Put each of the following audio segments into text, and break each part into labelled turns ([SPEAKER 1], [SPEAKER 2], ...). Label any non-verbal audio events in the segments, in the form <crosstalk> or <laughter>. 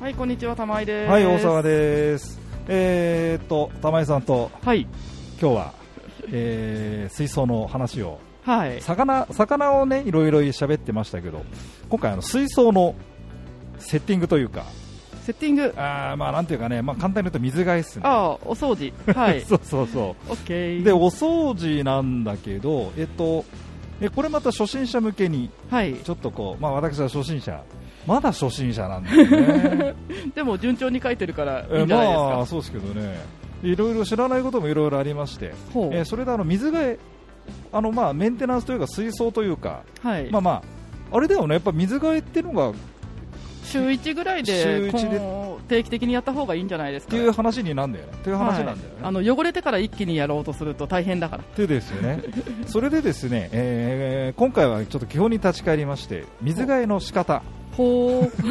[SPEAKER 1] はい、こんにちは、玉井です。
[SPEAKER 2] はい、大沢です。えー、っと、玉井さんと
[SPEAKER 1] はい、
[SPEAKER 2] 今日は、えー、水槽の話を、
[SPEAKER 1] はい、
[SPEAKER 2] 魚、魚をね、いろいろ喋ってましたけど、今回あの水槽のセッティングというか、
[SPEAKER 1] セッティング、
[SPEAKER 2] あーまあなんていうかね、まあ簡単に言うと水替えっすね。
[SPEAKER 1] ああ、お掃
[SPEAKER 2] <laughs>
[SPEAKER 1] 除、はい、
[SPEAKER 2] そうそうそ
[SPEAKER 1] オッケ
[SPEAKER 2] う。
[SPEAKER 1] ー。
[SPEAKER 2] で、お掃除なんだけど、えっと、えこれまた初心者向けに、
[SPEAKER 1] はい、
[SPEAKER 2] ちょっとこう、まあ私は初心者、まだ初心者なんだよね。
[SPEAKER 1] でも順調に書いてるからい
[SPEAKER 2] え
[SPEAKER 1] <laughs> いんじゃないですか。
[SPEAKER 2] まあそうですけどねいろいろ知らないこともいろいろありまして、
[SPEAKER 1] ほう、
[SPEAKER 2] えーそれであの水がえあのまあメンテナンスというか水槽というか、
[SPEAKER 1] はい、
[SPEAKER 2] まあまああれだよねやっぱ水替えっていうのがっ
[SPEAKER 1] 週一ぐらい
[SPEAKER 2] 週
[SPEAKER 1] で
[SPEAKER 2] 一
[SPEAKER 1] 今
[SPEAKER 2] で
[SPEAKER 1] 後定期的にやった方がいいんじゃないですか。
[SPEAKER 2] ていう話になんだよねっていう話なんだよね、
[SPEAKER 1] はい、あの汚れてから一気にやろうとすると大変だから。
[SPEAKER 2] でですよ
[SPEAKER 1] <laughs>
[SPEAKER 2] ねそれでですね、えー今回はちょっと基本に立ち返りまして水替えの仕方 <laughs>
[SPEAKER 1] ほう、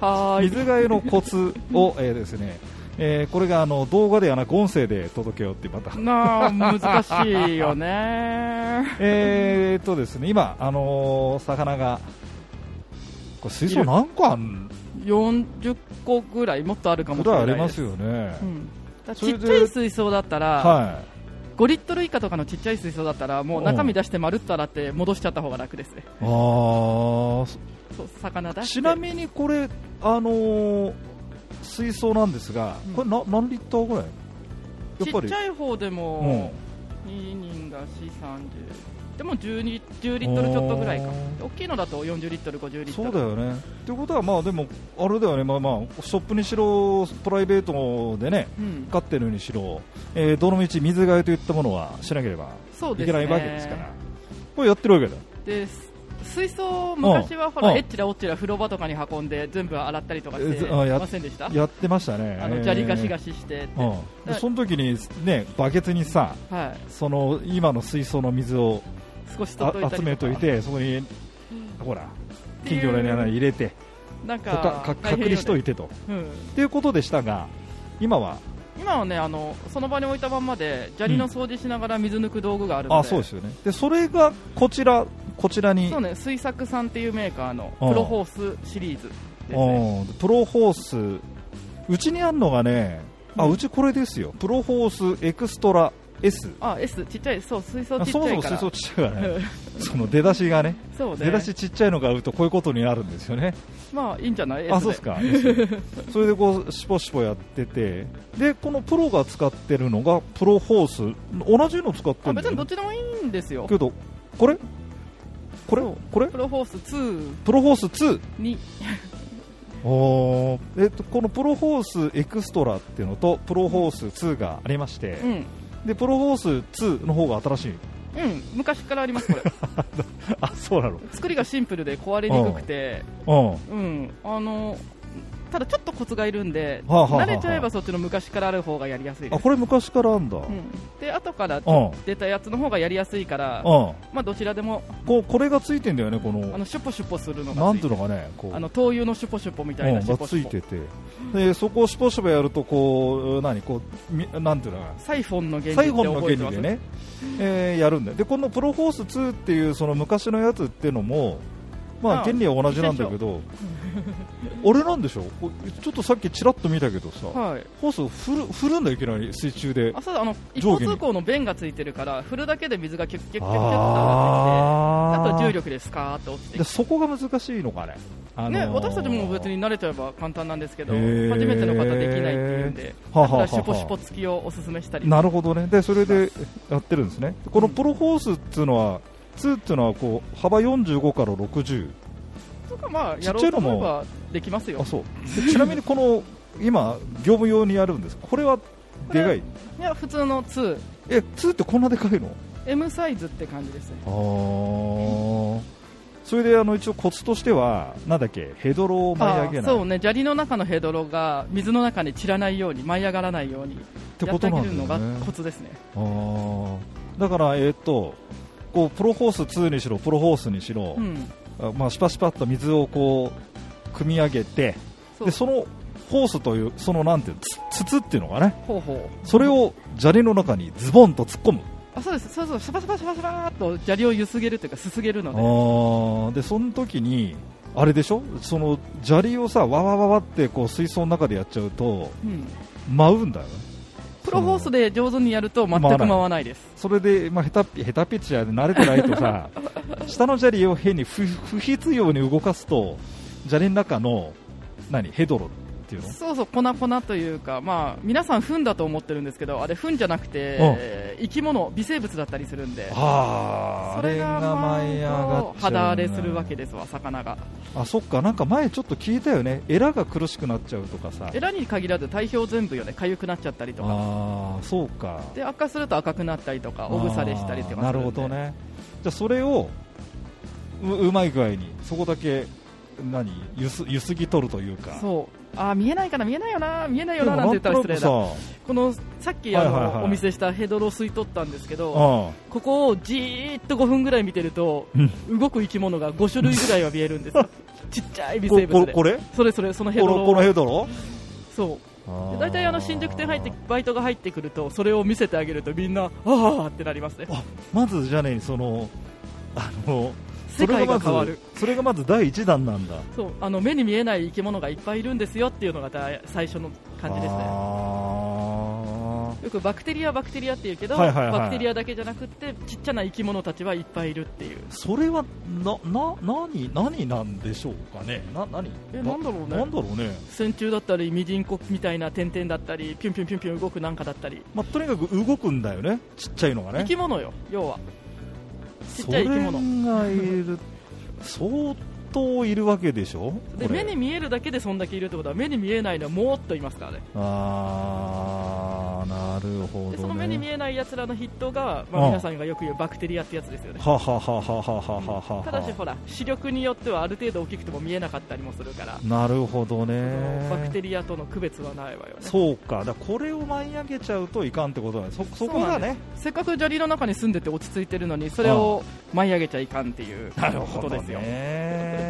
[SPEAKER 1] はーい、
[SPEAKER 2] 水替えのコツ
[SPEAKER 1] <laughs>
[SPEAKER 2] を、えーですね、えーこれがあの動画ではなく音声で届けようってま
[SPEAKER 1] <laughs>
[SPEAKER 2] た
[SPEAKER 1] なあ難しいよね。
[SPEAKER 2] えーっとですね、今、あのー魚が、これ水槽何個あん
[SPEAKER 1] 40個ぐらいもっとあるかも
[SPEAKER 2] ぐ
[SPEAKER 1] しれ
[SPEAKER 2] らい
[SPEAKER 1] な
[SPEAKER 2] あ
[SPEAKER 1] いです
[SPEAKER 2] りますよね
[SPEAKER 1] う。んだか
[SPEAKER 2] そ
[SPEAKER 1] らち
[SPEAKER 2] れ
[SPEAKER 1] っ
[SPEAKER 2] で
[SPEAKER 1] ちゃい水槽だったら、
[SPEAKER 2] は
[SPEAKER 1] 5リットル以下とかのちっちゃい水槽だったらもう中身出してまるっと洗って戻しちゃった方が楽ですね
[SPEAKER 2] い。あーそ
[SPEAKER 1] そう魚出して
[SPEAKER 2] ちなみにこれ、あのー水槽なんですが
[SPEAKER 1] うん、
[SPEAKER 2] これな何リットルぐらいやっぱ
[SPEAKER 1] ちっ
[SPEAKER 2] り
[SPEAKER 1] ち。ゃい方で
[SPEAKER 2] うん
[SPEAKER 1] も2人が4、30でも12 10リットルちょっとぐらいか
[SPEAKER 2] お
[SPEAKER 1] 大きいのだと40リットル、50リット
[SPEAKER 2] そう
[SPEAKER 1] ル
[SPEAKER 2] だよね。ってことは、まあでも、あれだよね、まあまあ、ショップにしろ、プライベートでね、
[SPEAKER 1] うん、
[SPEAKER 2] 飼ってるにしろ、えーどの道水替えといったものはしなければ
[SPEAKER 1] そう
[SPEAKER 2] い
[SPEAKER 1] です
[SPEAKER 2] け
[SPEAKER 1] ね
[SPEAKER 2] ないわけですから、これやってるわけだ。
[SPEAKER 1] です水槽昔はほ
[SPEAKER 2] う
[SPEAKER 1] ら
[SPEAKER 2] ん
[SPEAKER 1] えっちらおっちら風呂場とかに運んで全部洗ったりとかし
[SPEAKER 2] え
[SPEAKER 1] て
[SPEAKER 2] ずあや
[SPEAKER 1] ませんでした
[SPEAKER 2] やってましたね。
[SPEAKER 1] あの砂利ガシガ
[SPEAKER 2] シ。
[SPEAKER 1] シしてって、
[SPEAKER 2] うん。でその時にね、バケツにさ、
[SPEAKER 1] はい、
[SPEAKER 2] その今の水槽の水を
[SPEAKER 1] 少し取
[SPEAKER 2] あ
[SPEAKER 1] っといたりとか
[SPEAKER 2] 集めといて、そこに、ほら、
[SPEAKER 1] てい
[SPEAKER 2] 金
[SPEAKER 1] う
[SPEAKER 2] 魚の穴に入れて、
[SPEAKER 1] なん
[SPEAKER 2] こか
[SPEAKER 1] か
[SPEAKER 2] か隔離しとい
[SPEAKER 1] て、
[SPEAKER 2] てと。
[SPEAKER 1] うん
[SPEAKER 2] っていうことでしたが、今は、
[SPEAKER 1] 今はねあのその場に置いたまんまで砂利の掃除しながら水抜く道具があるので、
[SPEAKER 2] あ、そうですよね。で、それがこちら、こちらに
[SPEAKER 1] そう、ね水作さんっていうメーカーのプ
[SPEAKER 2] うん
[SPEAKER 1] ロホースシリーズですね
[SPEAKER 2] うんプロホース、うちにあるのがね、あ、
[SPEAKER 1] うん
[SPEAKER 2] うちこれですよ。プロホースエクストラ S。
[SPEAKER 1] あ S ちっちゃいそう水槽
[SPEAKER 2] あ
[SPEAKER 1] ちっち
[SPEAKER 2] そも
[SPEAKER 1] ゃ
[SPEAKER 2] そ
[SPEAKER 1] い
[SPEAKER 2] も
[SPEAKER 1] か
[SPEAKER 2] 水
[SPEAKER 1] ら
[SPEAKER 2] 槽ちっちゃいからね。
[SPEAKER 1] うん
[SPEAKER 2] その出だしがね。
[SPEAKER 1] そう
[SPEAKER 2] 出
[SPEAKER 1] ね
[SPEAKER 2] だしちっちゃいのがあるとこういうことになるんですよね、
[SPEAKER 1] まあいいんじゃない S
[SPEAKER 2] あそうです
[SPEAKER 1] <laughs>
[SPEAKER 2] か、それでこうしぽしぽやってて、でこのプロが使ってるのがプロホース、同じの使ってる
[SPEAKER 1] あ
[SPEAKER 2] んだ
[SPEAKER 1] 別
[SPEAKER 2] よ
[SPEAKER 1] にど
[SPEAKER 2] ね
[SPEAKER 1] っちでもいいんですよ
[SPEAKER 2] けど、これ、これ、これ、
[SPEAKER 1] プロホース2
[SPEAKER 2] プロホース2、
[SPEAKER 1] に
[SPEAKER 2] おーえっと、このプロホースエクストラっていうのと、プロホース2がありまして、
[SPEAKER 1] うん
[SPEAKER 2] でプロホース2の方が
[SPEAKER 1] <laughs>
[SPEAKER 2] 新しい、
[SPEAKER 1] うん昔からありますこ
[SPEAKER 2] <laughs>
[SPEAKER 1] れ
[SPEAKER 2] あそうなの、
[SPEAKER 1] 作りがシンプルで壊れにくくて
[SPEAKER 2] うん、
[SPEAKER 1] うんあのただちょっとコツがいるんで、
[SPEAKER 2] はあはあはあ
[SPEAKER 1] 慣れちゃえばそっちの昔からある方がやりやすいです
[SPEAKER 2] あこれ、昔からあんだ、う、
[SPEAKER 1] うんん、で後から
[SPEAKER 2] うん
[SPEAKER 1] 出たやつの方がやりやすいから、まあ、どちらでも
[SPEAKER 2] ここれがついてんだよね、この
[SPEAKER 1] あのシュポシュポするの
[SPEAKER 2] な
[SPEAKER 1] が
[SPEAKER 2] ん
[SPEAKER 1] つい
[SPEAKER 2] ていうのかね、こう
[SPEAKER 1] あの灯油のシュポシュポみたいなシ
[SPEAKER 2] う
[SPEAKER 1] ュ
[SPEAKER 2] ん、
[SPEAKER 1] ポ
[SPEAKER 2] が
[SPEAKER 1] シュ
[SPEAKER 2] つい
[SPEAKER 1] ポ、
[SPEAKER 2] てて、でそこをしぽしばやるとこう何こうみなんていうのかな
[SPEAKER 1] サイフォンの原理っ
[SPEAKER 2] 最
[SPEAKER 1] て
[SPEAKER 2] 後の
[SPEAKER 1] 覚
[SPEAKER 2] 原
[SPEAKER 1] えてま
[SPEAKER 2] 理
[SPEAKER 1] す
[SPEAKER 2] でね、えーやるんだよでこのプロフォース2っていうその昔のやつっていうのもま
[SPEAKER 1] あ
[SPEAKER 2] あ
[SPEAKER 1] あ
[SPEAKER 2] 原理は同じなんだけどあれなんでしょうこうちょっとさっきちらっと見たけどさ、
[SPEAKER 1] はい、
[SPEAKER 2] ホースを振る振るんだよいきなり水中で
[SPEAKER 1] あそうだあの一
[SPEAKER 2] 上
[SPEAKER 1] 方
[SPEAKER 2] 下に
[SPEAKER 1] 通行の弁がついてるから振るだけで水がキュッキュッキュッキュッと上がってきて
[SPEAKER 2] あ
[SPEAKER 1] あ
[SPEAKER 2] ー
[SPEAKER 1] とは重力でスカーッと落ちて
[SPEAKER 2] で
[SPEAKER 1] きて、
[SPEAKER 2] そこが難しいのかね、あの
[SPEAKER 1] ね、
[SPEAKER 2] ー
[SPEAKER 1] 私たちも別に慣れちゃえば簡単なんですけど
[SPEAKER 2] へー
[SPEAKER 1] 初めての方できないっていうんで
[SPEAKER 2] はあはあはあ
[SPEAKER 1] だからシュポシュポ付きをおすすめしたり
[SPEAKER 2] なるほどね、でそれでやってるんですね、このプロホースっていうのは、2っていうのはこう幅45から60、
[SPEAKER 1] とかまあ
[SPEAKER 2] ち
[SPEAKER 1] や
[SPEAKER 2] っ
[SPEAKER 1] ろ
[SPEAKER 2] ちゃいうの
[SPEAKER 1] と
[SPEAKER 2] も
[SPEAKER 1] 思えばできますよ
[SPEAKER 2] あそうでちなみにこの今、業務用にやるんです、これはでかい、
[SPEAKER 1] いや普通の 2M
[SPEAKER 2] え2ってこんなでかいの
[SPEAKER 1] サイズって感じですね
[SPEAKER 2] あーそれであの一応、コツとしては、なんだっけ、ヘドロを舞い上げ
[SPEAKER 1] あ
[SPEAKER 2] ない
[SPEAKER 1] そうね砂利の中のヘドロが水の中に散らないように舞い上がらないように
[SPEAKER 2] ってこと
[SPEAKER 1] や
[SPEAKER 2] な
[SPEAKER 1] ってあげるの
[SPEAKER 2] んだ
[SPEAKER 1] が
[SPEAKER 2] よね
[SPEAKER 1] コ。ツですね
[SPEAKER 2] あーだから、えーっとこうプロホース2にしろ、プロホースにしろ、
[SPEAKER 1] うん
[SPEAKER 2] あまあ、シパシパっと水をこう汲み上げて、
[SPEAKER 1] そう
[SPEAKER 2] でそのホースというそのなんていうのつ筒っていうのがね
[SPEAKER 1] 方法
[SPEAKER 2] それを砂利の中にズボンと突っ込む、
[SPEAKER 1] あそうですそうそうシャバシャバシャバシャバーっと砂利をゆすげるというかすすげるので
[SPEAKER 2] あーでその時にあれでしょその砂利をさわわわわってこう水槽の中でやっちゃうと
[SPEAKER 1] うん
[SPEAKER 2] 舞うんだよね
[SPEAKER 1] プロホースで上手にやると全く回らないです
[SPEAKER 2] それで、まあ、ヘタっぴヘタっぴっちゃ慣れてない
[SPEAKER 1] <laughs>
[SPEAKER 2] とさ下の砂利を変に不不必要に動かすと砂利の中の何ヘドロっていうの
[SPEAKER 1] そうそう粉粉というか、まあ、皆さん糞だと思ってるんですけどあれ糞じゃなくて、生き物微生物だったりするんで
[SPEAKER 2] ああ
[SPEAKER 1] そ
[SPEAKER 2] あれ
[SPEAKER 1] れ
[SPEAKER 2] が
[SPEAKER 1] が
[SPEAKER 2] 舞い上がっちゃう
[SPEAKER 1] 舞うと肌荒れするわけですわ魚が
[SPEAKER 2] あそっかなんか前ちょっと聞いたよねエラが苦しくなっちゃうとかさ
[SPEAKER 1] エラに限らず体表全部よね痒くなっちゃったりとか
[SPEAKER 2] ああそうか
[SPEAKER 1] で悪化すると赤くなったりとかおぐさでしたりとかするんで
[SPEAKER 2] あーなるほどねじゃあそれをううまい具合にそこだけ何ゆすゆすぎ取るというか
[SPEAKER 1] そうあー見えないかな見えないよな見えない
[SPEAKER 2] で
[SPEAKER 1] よな
[SPEAKER 2] も
[SPEAKER 1] なんて言ったら
[SPEAKER 2] なん
[SPEAKER 1] 失
[SPEAKER 2] とな
[SPEAKER 1] 礼
[SPEAKER 2] くさ
[SPEAKER 1] だこのさっきあの、
[SPEAKER 2] はいはいはい
[SPEAKER 1] お見せしたヘドロ吸い取ったんですけど
[SPEAKER 2] うん
[SPEAKER 1] ここをじーっと5分ぐらい見てると、動く生き物が5種類ぐらいは見えるんですよ <laughs> ちっちゃい微生
[SPEAKER 2] こ
[SPEAKER 1] 物
[SPEAKER 2] こ
[SPEAKER 1] で
[SPEAKER 2] これこ
[SPEAKER 1] それそれそのヘド
[SPEAKER 2] のこの
[SPEAKER 1] ロ
[SPEAKER 2] ヘドロ
[SPEAKER 1] そうで
[SPEAKER 2] あ
[SPEAKER 1] 大体あの新宿店入ってバイトが入ってくるとそれを見せてあげるとみんなああってなりますね
[SPEAKER 2] あまずじゃあねそのあの
[SPEAKER 1] 世界が変わ
[SPEAKER 2] それ
[SPEAKER 1] る
[SPEAKER 2] まずそれがまず第一弾なんだ
[SPEAKER 1] そうあの目に見えない生き物がいっぱいいるんですよっていうのが大最初の感じですね
[SPEAKER 2] あ
[SPEAKER 1] よくバクテリアバクテリアっていうけど、
[SPEAKER 2] はいはいはい
[SPEAKER 1] バクテリアだけじゃなくってちっちゃな生き物たちはいっぱいいるっていう
[SPEAKER 2] ーそれはなな何何なんでしょうかねな何
[SPEAKER 1] えなんだろうね
[SPEAKER 2] なんだろうね
[SPEAKER 1] 線虫だったりミジンコみたいな点々だったりピュンピュンピュンピュン動くなんかだったり
[SPEAKER 2] まあ、とにかく動くんだよね、ちっちゃいのが
[SPEAKER 1] 生
[SPEAKER 2] ね。
[SPEAKER 1] き物よ要はちっちゃい生き物
[SPEAKER 2] それが
[SPEAKER 1] <laughs>
[SPEAKER 2] いる、相当いるわけでしょ、
[SPEAKER 1] で
[SPEAKER 2] これ
[SPEAKER 1] 目に見えるだけでそんだけいるってことは目に見えないのはもっといますからね
[SPEAKER 2] あー、なるほど、ね。
[SPEAKER 1] でその目に見えないやつらの筆頭が、
[SPEAKER 2] う
[SPEAKER 1] ま
[SPEAKER 2] ん
[SPEAKER 1] あ、皆さんがよく言うバクテリアってやつですよね
[SPEAKER 2] ははははははははは。
[SPEAKER 1] ただしほら視力によってはある程度大きくても見えなかったりもするから
[SPEAKER 2] なるほど
[SPEAKER 1] そのバクテ
[SPEAKER 2] ね。
[SPEAKER 1] リアとの区別はないわよね
[SPEAKER 2] そうか、だからこれを舞い上げちゃうといかんってことだね。そ、そこ
[SPEAKER 1] そ
[SPEAKER 2] が
[SPEAKER 1] うなん
[SPEAKER 2] ね。
[SPEAKER 1] せっかく砂利の中に住んでて落ち着いてるのにそれを舞い上げちゃいかんって
[SPEAKER 2] <laughs>
[SPEAKER 1] いうことですよ
[SPEAKER 2] ね。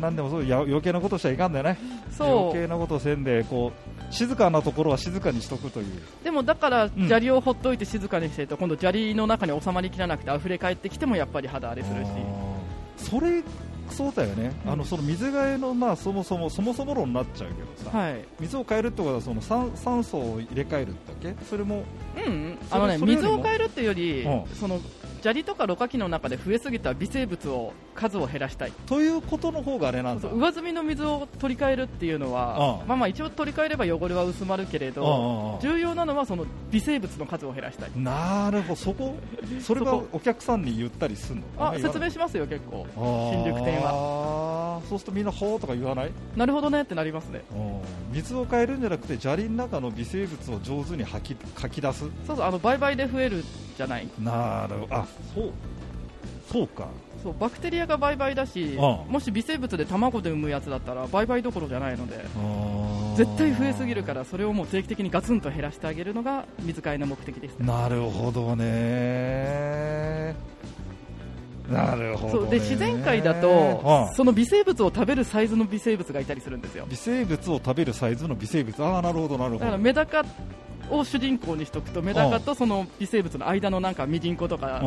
[SPEAKER 2] なんでもそう、や余計なことしちゃいかんだよね。
[SPEAKER 1] そ
[SPEAKER 2] 余計
[SPEAKER 1] う
[SPEAKER 2] なことせんで、こう、静かなところは静かにしとくという。
[SPEAKER 1] でもだから
[SPEAKER 2] ん
[SPEAKER 1] 砂利をほっといて静かにしてると今度砂利の中に収まりきらなくて溢れ返ってきてもやっぱり肌荒れするし
[SPEAKER 2] あーそれそうだよね、
[SPEAKER 1] うん
[SPEAKER 2] あのその水替えの、まあ、そもそもそもそも論になっちゃうけどさ、
[SPEAKER 1] はい
[SPEAKER 2] 水を変えるってことはその酸酸素を入れ替えるってだっけそれも
[SPEAKER 1] うんうん
[SPEAKER 2] それ
[SPEAKER 1] あのね
[SPEAKER 2] それより
[SPEAKER 1] 水
[SPEAKER 2] も
[SPEAKER 1] を変えるっていうより、
[SPEAKER 2] うん
[SPEAKER 1] その砂利とかろ過器の中で増えすぎた微生物を数を減らしたい
[SPEAKER 2] ということの方があれなんだ
[SPEAKER 1] そう上積みの水を取り替えるっていうのは、
[SPEAKER 2] うん
[SPEAKER 1] まあまあ一応取り替えれば汚れは薄まるけれ
[SPEAKER 2] う
[SPEAKER 1] ど、
[SPEAKER 2] んうんうん
[SPEAKER 1] 重要なのはその微生物の数を減らしたい
[SPEAKER 2] なるほどそこそれは
[SPEAKER 1] そこ
[SPEAKER 2] お客さんに言ったりするの
[SPEAKER 1] あ説明
[SPEAKER 2] し
[SPEAKER 1] しますよ結構
[SPEAKER 2] 新
[SPEAKER 1] 新宿店
[SPEAKER 2] はそうするとみんなほーとか言わない、
[SPEAKER 1] なるほどねってなりますね
[SPEAKER 2] うん水を変えるんじゃなくて砂利の中の微生物を上手に吐きかき出す
[SPEAKER 1] そうそうあの倍々で増えるじゃない
[SPEAKER 2] なるほどあそうそうか
[SPEAKER 1] そうバクテリアが倍々だし
[SPEAKER 2] うん
[SPEAKER 1] もし微生物で卵で産むやつだったら倍々どころじゃないので
[SPEAKER 2] 絶
[SPEAKER 1] 絶対増えすぎるからそれをもう定期的にガツンと減らしてあげるのが水替えの目的ですね
[SPEAKER 2] なるほどねなるほど、ね、
[SPEAKER 1] そうで自然界だ
[SPEAKER 2] あ
[SPEAKER 1] と
[SPEAKER 2] あ
[SPEAKER 1] その微生物を食べるサイズの微生物がいたりするんですよ
[SPEAKER 2] 微生物を食べるサイズの微生物ああなるほどなるほ
[SPEAKER 1] だから
[SPEAKER 2] ど
[SPEAKER 1] メダカを主人公にしとくとメダカとその微生物の間のなんかミジンコとか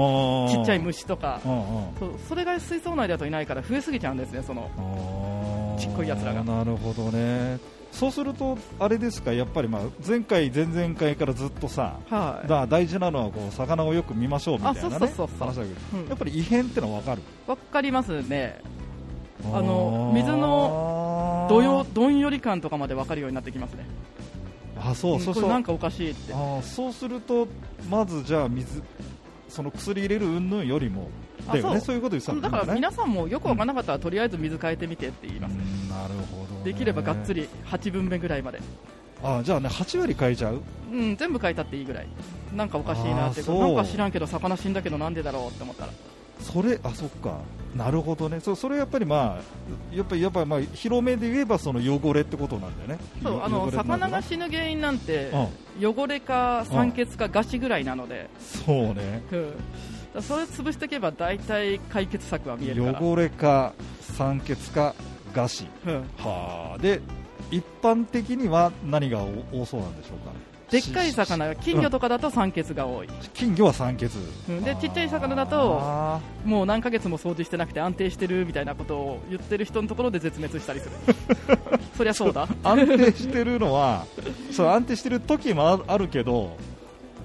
[SPEAKER 1] ちっちゃい虫とか
[SPEAKER 2] うんうん
[SPEAKER 1] そうそれが水槽内だといないから増えすぎちゃうんですねその
[SPEAKER 2] あー
[SPEAKER 1] ちっこい奴らが
[SPEAKER 2] なるほどねそうするとあれですかやっぱりまあ前回前々回からずっとさ
[SPEAKER 1] はい、
[SPEAKER 2] だ大事なのはこう魚をよく見ましょうみたいな
[SPEAKER 1] あ
[SPEAKER 2] ね
[SPEAKER 1] そうそうそうそう
[SPEAKER 2] 話だけど
[SPEAKER 1] うん
[SPEAKER 2] やっぱり異変ってのは分かる
[SPEAKER 1] わかりますね、あの
[SPEAKER 2] あー
[SPEAKER 1] 水のどよどんより感とかまでわかるようになってきますね、
[SPEAKER 2] あそううんそう
[SPEAKER 1] こ
[SPEAKER 2] そ
[SPEAKER 1] れ
[SPEAKER 2] う
[SPEAKER 1] なんかおかしいって、
[SPEAKER 2] ああそうするとまずじゃあ水その薬入れる云々よりも
[SPEAKER 1] あ
[SPEAKER 2] だよね
[SPEAKER 1] そう
[SPEAKER 2] そういうこと言ってたん
[SPEAKER 1] だから
[SPEAKER 2] ね
[SPEAKER 1] 皆さんもよくわからなかったらとりあえず水変えてみてって言います、
[SPEAKER 2] うんなるほどね
[SPEAKER 1] できればがっつ
[SPEAKER 2] り
[SPEAKER 1] り8分目ぐらいまで、
[SPEAKER 2] ああじゃあね8割変えちゃう
[SPEAKER 1] うん、全部変えたっていいぐらい、なんかおかしいなって
[SPEAKER 2] あーそう
[SPEAKER 1] なんか知らんけど、魚死んだけど、なんでだろうって思ったら、
[SPEAKER 2] それあそっかなるほどねそそれやっぱりまあやっぱりやっぱりまあ広めで言えばその汚れってことなんだよね
[SPEAKER 1] そう
[SPEAKER 2] よ
[SPEAKER 1] あ
[SPEAKER 2] 汚
[SPEAKER 1] の
[SPEAKER 2] れってなんだ
[SPEAKER 1] 魚
[SPEAKER 2] ろうな
[SPEAKER 1] が死ぬ原因なんて、
[SPEAKER 2] うん
[SPEAKER 1] 汚れか酸欠か餓死ぐらいなので、
[SPEAKER 2] そうね
[SPEAKER 1] うんだからそれ潰していけば、大体解決策は見えるから。
[SPEAKER 2] 汚れか酸欠か餓死
[SPEAKER 1] うん
[SPEAKER 2] はあで一般的には何が多多そうなんでしょうか
[SPEAKER 1] でっかい魚が金魚とかだと酸欠が多い、
[SPEAKER 2] 金魚は酸欠、
[SPEAKER 1] うんでちっちゃい魚だと
[SPEAKER 2] あ
[SPEAKER 1] もう何ヶ月も掃除してなくて安定してるみたいなことを言ってる人のところで絶滅したり
[SPEAKER 2] <laughs>
[SPEAKER 1] するそりゃそうだ
[SPEAKER 2] ー安定してる
[SPEAKER 1] <laughs>
[SPEAKER 2] のはそう安定してる時もああるけど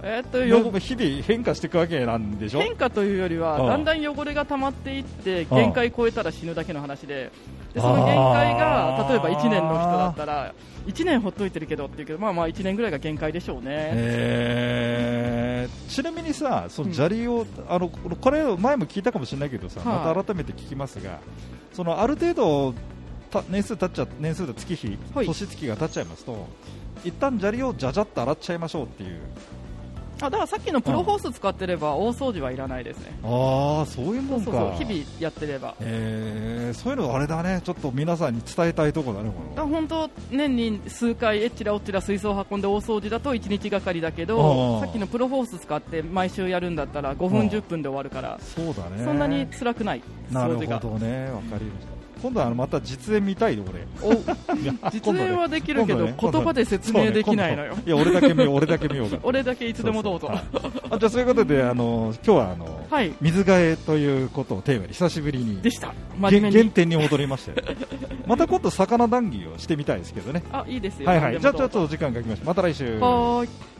[SPEAKER 1] えーっとよ
[SPEAKER 2] よ日々変化していくわけなんでしょ
[SPEAKER 1] 変化というよりは
[SPEAKER 2] うん
[SPEAKER 1] だんだん汚れが溜まっていって
[SPEAKER 2] うん
[SPEAKER 1] 限界超えたら死ぬだけの話ででその限界が
[SPEAKER 2] あー
[SPEAKER 1] 例えば1年の人だったら1年ほっといてるけどっていうけどまあまあ1年ぐらいが限界でしょうね
[SPEAKER 2] えーちなみにさ、その砂利を、あのこれ、前も聞いたかもしれないけどさ、
[SPEAKER 1] はい
[SPEAKER 2] また改めて聞きますが、そのある程度た年数経っちゃ年数で月日、
[SPEAKER 1] はい
[SPEAKER 2] 年月が経っちゃいますと、一旦砂利をじゃじゃっと洗っちゃいましょうっていう、
[SPEAKER 1] あだからさっきのプロホース使ってれば大掃除はいらないですね
[SPEAKER 2] ああ、そういうも
[SPEAKER 1] そうん
[SPEAKER 2] か、
[SPEAKER 1] そうそう日々やってれば
[SPEAKER 2] えーそういうの、あれだね、ちょっと皆さんに伝えたいとこだね、こ
[SPEAKER 1] だから本当年に数回えっちらおっちら水槽を運んで大掃除だと1日がかりだけ
[SPEAKER 2] あ
[SPEAKER 1] ど
[SPEAKER 2] ー
[SPEAKER 1] さっきのプロホース使って毎週やるんだったら5
[SPEAKER 2] うん
[SPEAKER 1] 分10分で終わるから
[SPEAKER 2] の、そうだね、
[SPEAKER 1] そんなに辛くない
[SPEAKER 2] なる
[SPEAKER 1] 掃除が
[SPEAKER 2] ほどね、わかりました、今度はあのまた実演見たいよ、俺。
[SPEAKER 1] お <laughs> 実演はできるけど、
[SPEAKER 2] 今度ね
[SPEAKER 1] 言葉で説明できないのよ、
[SPEAKER 2] そうね今度いや俺だけ見よう俺だけ見ようが
[SPEAKER 1] 俺だけいつでもどうぞ、
[SPEAKER 2] そそはいあじゃあそういうことであの今日はあの、
[SPEAKER 1] はい
[SPEAKER 2] 水替えということをテーマに久しぶりに
[SPEAKER 1] でした、真
[SPEAKER 2] 原
[SPEAKER 1] 面目
[SPEAKER 2] 原
[SPEAKER 1] に、
[SPEAKER 2] 点に戻りましたよまた今度魚談義をしてみたいですけどね
[SPEAKER 1] あいいですよ、
[SPEAKER 2] はいはいじゃあちょ
[SPEAKER 1] と、
[SPEAKER 2] っと時間がきましたまた来週
[SPEAKER 1] はーい